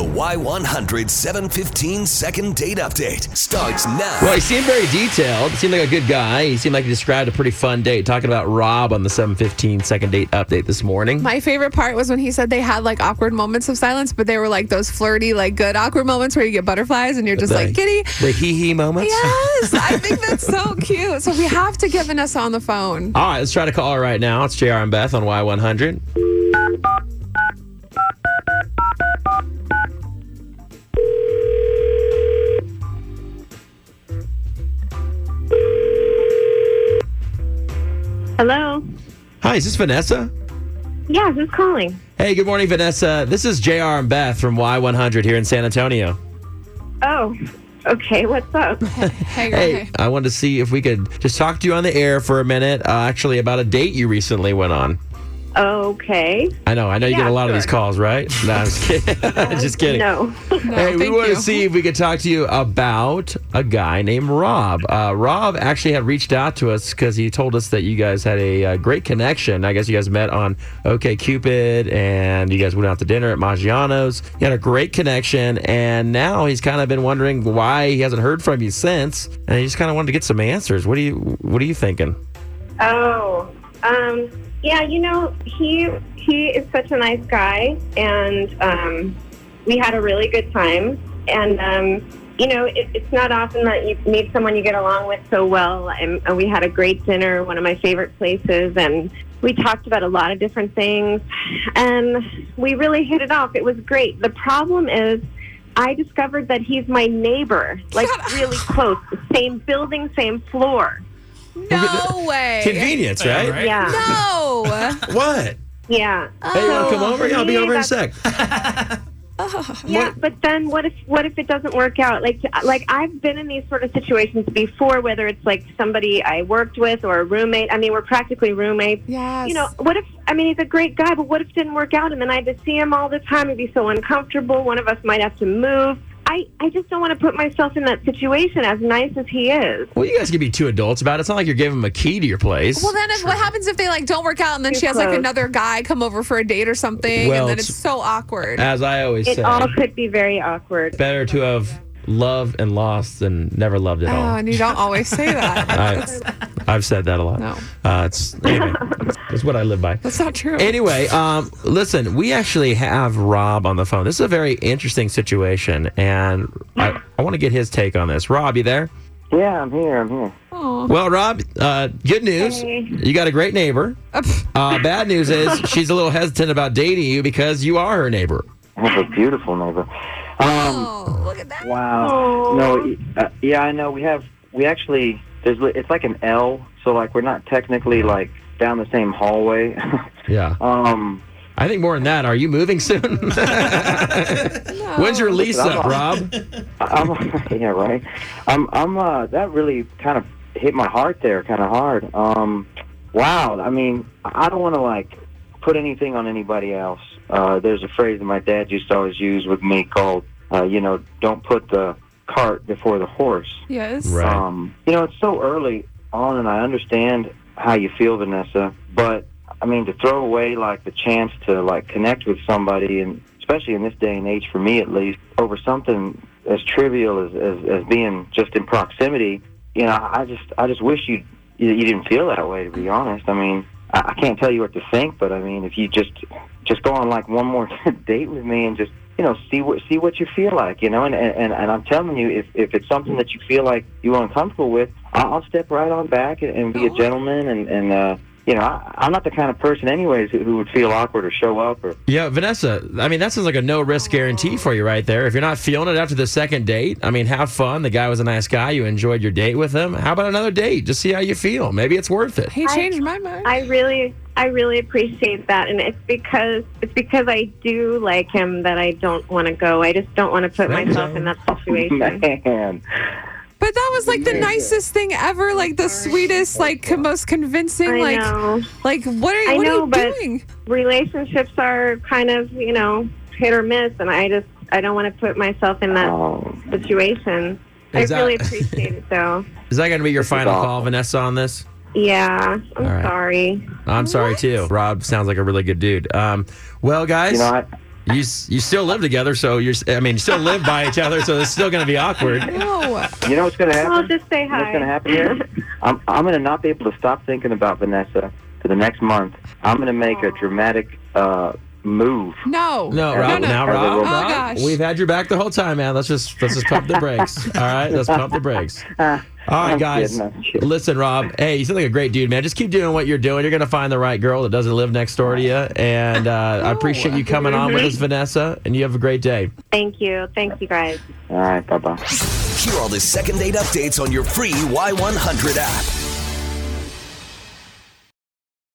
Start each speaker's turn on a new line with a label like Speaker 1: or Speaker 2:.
Speaker 1: Y100 715 second date update starts now.
Speaker 2: Well, he seemed very detailed. He seemed like a good guy. He seemed like he described a pretty fun date. Talking about Rob on the 715 second date update this morning.
Speaker 3: My favorite part was when he said they had like awkward moments of silence, but they were like those flirty, like good awkward moments where you get butterflies and you're just
Speaker 2: The-
Speaker 3: like, kitty.
Speaker 2: The hee hee moments.
Speaker 3: Yes, I think that's so cute. So we have to get Vanessa on the phone.
Speaker 2: All right, let's try to call her right now. It's JR and Beth on Y100.
Speaker 4: Hello.
Speaker 2: Hi, is this Vanessa?
Speaker 4: Yeah, who's calling?
Speaker 2: Hey, good morning, Vanessa. This is JR and Beth from Y100 here in San Antonio.
Speaker 4: Oh, okay. What's up?
Speaker 3: Hey, girl,
Speaker 2: Hey, I wanted to see if we could just talk to you on the air for a minute, uh, actually, about a date you recently went on.
Speaker 4: okay.
Speaker 2: I know, I know you
Speaker 4: Yeah,
Speaker 2: get a lot of
Speaker 4: sure.
Speaker 2: these calls, right? No, I'm just kidding. just kidding.
Speaker 4: No.
Speaker 3: No,
Speaker 2: Hey, we
Speaker 3: thank
Speaker 2: want
Speaker 3: you.
Speaker 2: to see if we could talk to you about a guy named Rob. Uh, Rob actually had reached out to us because he told us that you guys had a uh, great connection. I guess you guys met on OK Cupid, and you guys went out to dinner at Maggiano's. You had a great connection, and now he's kind of been wondering why he hasn't heard from you since, and he just kind of wanted to get some answers. What do you What are you thinking?
Speaker 4: Oh. Um. Yeah. You know, he he is such a nice guy, and um, we had a really good time. And um, you know, it, it's not often that you meet someone you get along with so well. And, and we had a great dinner, one of my favorite places, and we talked about a lot of different things, and we really hit it off. It was great. The problem is. I discovered that he's my neighbor, like really close, same building, same floor.
Speaker 3: No way.
Speaker 2: Convenience,
Speaker 5: Yeah,
Speaker 2: right?
Speaker 5: right.
Speaker 4: Yeah.
Speaker 3: No.
Speaker 2: What?
Speaker 4: Yeah.
Speaker 2: Hey, you want to come
Speaker 4: Oh,
Speaker 2: over? Yeah, I'll be
Speaker 4: yeah,
Speaker 2: over in a
Speaker 4: that's-
Speaker 2: sec.
Speaker 4: Yeah,
Speaker 2: What-
Speaker 4: but then what if what if it doesn't work out? Like like I've been in these sort of situations before, whether it's like somebody I worked with or a roommate. I mean, we're practically roommates.
Speaker 3: Yes.
Speaker 4: You know, what if I mean he's a great guy, but what if it didn't work out and then I had to see him all the time? It'd be so uncomfortable. One of us might have to move. I, I just don't want to put myself in that situation as nice as he is.
Speaker 2: Well, you guys can be two adults about it. It's not like you're giving him a key to your place.
Speaker 3: Well, then if, what happens if they like don't work out and then
Speaker 4: Too
Speaker 3: she has like
Speaker 4: close.
Speaker 3: another guy come over for a date or something
Speaker 2: Well,
Speaker 3: and then
Speaker 2: it's-
Speaker 3: it's, so awkward.
Speaker 2: As I always
Speaker 4: It
Speaker 2: say.
Speaker 4: all could be very awkward.
Speaker 2: better to have loved and lost than never loved at
Speaker 3: oh,
Speaker 2: all.
Speaker 3: and you don't always say that.
Speaker 2: I, I've said that a lot.
Speaker 3: No.
Speaker 2: Uh, it's, anyway, it's, it's what I live by.
Speaker 3: That's not true.
Speaker 2: Anyway, um, listen, we actually have Rob on the phone. This is a very interesting situation, and I, I want to get his take on this. Rob, you there?
Speaker 6: Yeah, I'm here. I'm here.
Speaker 3: Aw.
Speaker 2: Well, Rob, uh, good news.
Speaker 4: Hey.
Speaker 2: You got a great neighbor.
Speaker 3: Uh, pff,
Speaker 2: Uh, bad news is she's a little hesitant about dating you because you are her neighbor.
Speaker 6: I have a beautiful neighbor. Um,
Speaker 3: oh, look at that.
Speaker 6: wow.
Speaker 4: Aw.
Speaker 6: No, uh, yeah, I know. We have. We actually. There's. li- It's like an L. So like we're not technically like down the same hallway.
Speaker 2: Yeah.
Speaker 6: um,
Speaker 2: I think more than that. Are you moving soon? When's
Speaker 3: Oh.
Speaker 2: your lease up, Rob?
Speaker 6: I- I'm. yeah, right. I'm. I'm. Uh, that really kind of hit my heart there, kind of hard. Um, wow. I mean, I don't want to like put anything on anybody else. Uh, there's a phrase that my dad used to always use with me called, uh, you know, don't put the cart before the horse.
Speaker 3: Yes.
Speaker 2: Right.
Speaker 6: Um, you know, it's so early on, and I understand how you feel, Vanessa. But I mean, to throw away like the chance to like connect with somebody, and especially in this day and age, for me at least, over something as trivial as as, as being just in proximity. You know, I just I just wish you you you didn't feel that way. To be honest, I mean, I, I can't tell you what to think, but I mean, if you just just go on like one more date with me and just you know see what see what you feel like you know and and, and i'm telling you if if it's something that you feel like you're uncomfortable with i'll I'll step right on back and, and be a gentleman and and uh you know I, i'm not the kind of person anyways who, who would feel awkward or show up or
Speaker 2: Yeah, Vanessa, I mean, that sounds like a no risk guarantee for you right there. If you're not feeling it after the second date, I mean, have fun. The guy was a nice guy. You enjoyed your date with him. How about another date? Just see how you feel. Maybe it's worth it.
Speaker 3: He
Speaker 4: I-
Speaker 3: changed my mind.
Speaker 4: I really, I really appreciate that, and it's because it's because I do like him that I don't want to go. I just don't want to put
Speaker 2: Thank
Speaker 4: myself
Speaker 2: you.
Speaker 4: in that situation.
Speaker 6: man
Speaker 3: but that was like the nicest thing ever, like the sweetest, like most convincing,
Speaker 4: I
Speaker 3: like
Speaker 4: know
Speaker 3: like what are,
Speaker 4: I
Speaker 3: what
Speaker 4: know,
Speaker 3: are you
Speaker 4: but-
Speaker 3: doing?
Speaker 4: relationships are kind of you know hit or miss, and I just I don't want to put myself in that
Speaker 6: oh,
Speaker 4: situation.
Speaker 2: Is
Speaker 4: I
Speaker 2: that-
Speaker 4: really appreciate it though.
Speaker 2: Is that going to be your final
Speaker 6: awful.
Speaker 2: call, Vanessa, on this?
Speaker 4: Yeah, I'm
Speaker 2: All right.
Speaker 4: sorry.
Speaker 2: I'm sorry, too. Rob sounds like a really good dude. Um, well, guys,
Speaker 6: you know I,
Speaker 2: you s- you still live together, so you're. s- I mean, you still live by each other, so it's still going to be awkward.
Speaker 3: No.
Speaker 6: You know what's going to happen?
Speaker 4: I'll just say
Speaker 6: You know what's
Speaker 4: hi.
Speaker 6: going to happen here? I'm, I'm going to not be able to stop thinking about Vanessa for the next month. I'm going to make a dramatic uh, move.
Speaker 3: No.
Speaker 2: No, Rob.
Speaker 3: no.
Speaker 2: Now,
Speaker 6: As a
Speaker 2: Rob,
Speaker 6: robot.
Speaker 3: Oh,
Speaker 2: Rob,
Speaker 3: gosh.
Speaker 2: we've had your back the whole time, man. Let's just let's just pump the brakes. All right, let's pump the brakes. All right,
Speaker 6: I'm
Speaker 2: guys.
Speaker 6: kidding, I'm kidding.
Speaker 2: Listen, Rob. Hey, you sound like a great dude, man. Just keep doing what you're doing. You're gonna find the right girl that doesn't live next door to you. And uh, I appreciate you coming on with us, Vanessa. And you have a great day.
Speaker 4: Thank you. Thank you, guys.
Speaker 6: All right, bye bye.
Speaker 1: Hear all the second date updates on your free Y100 app.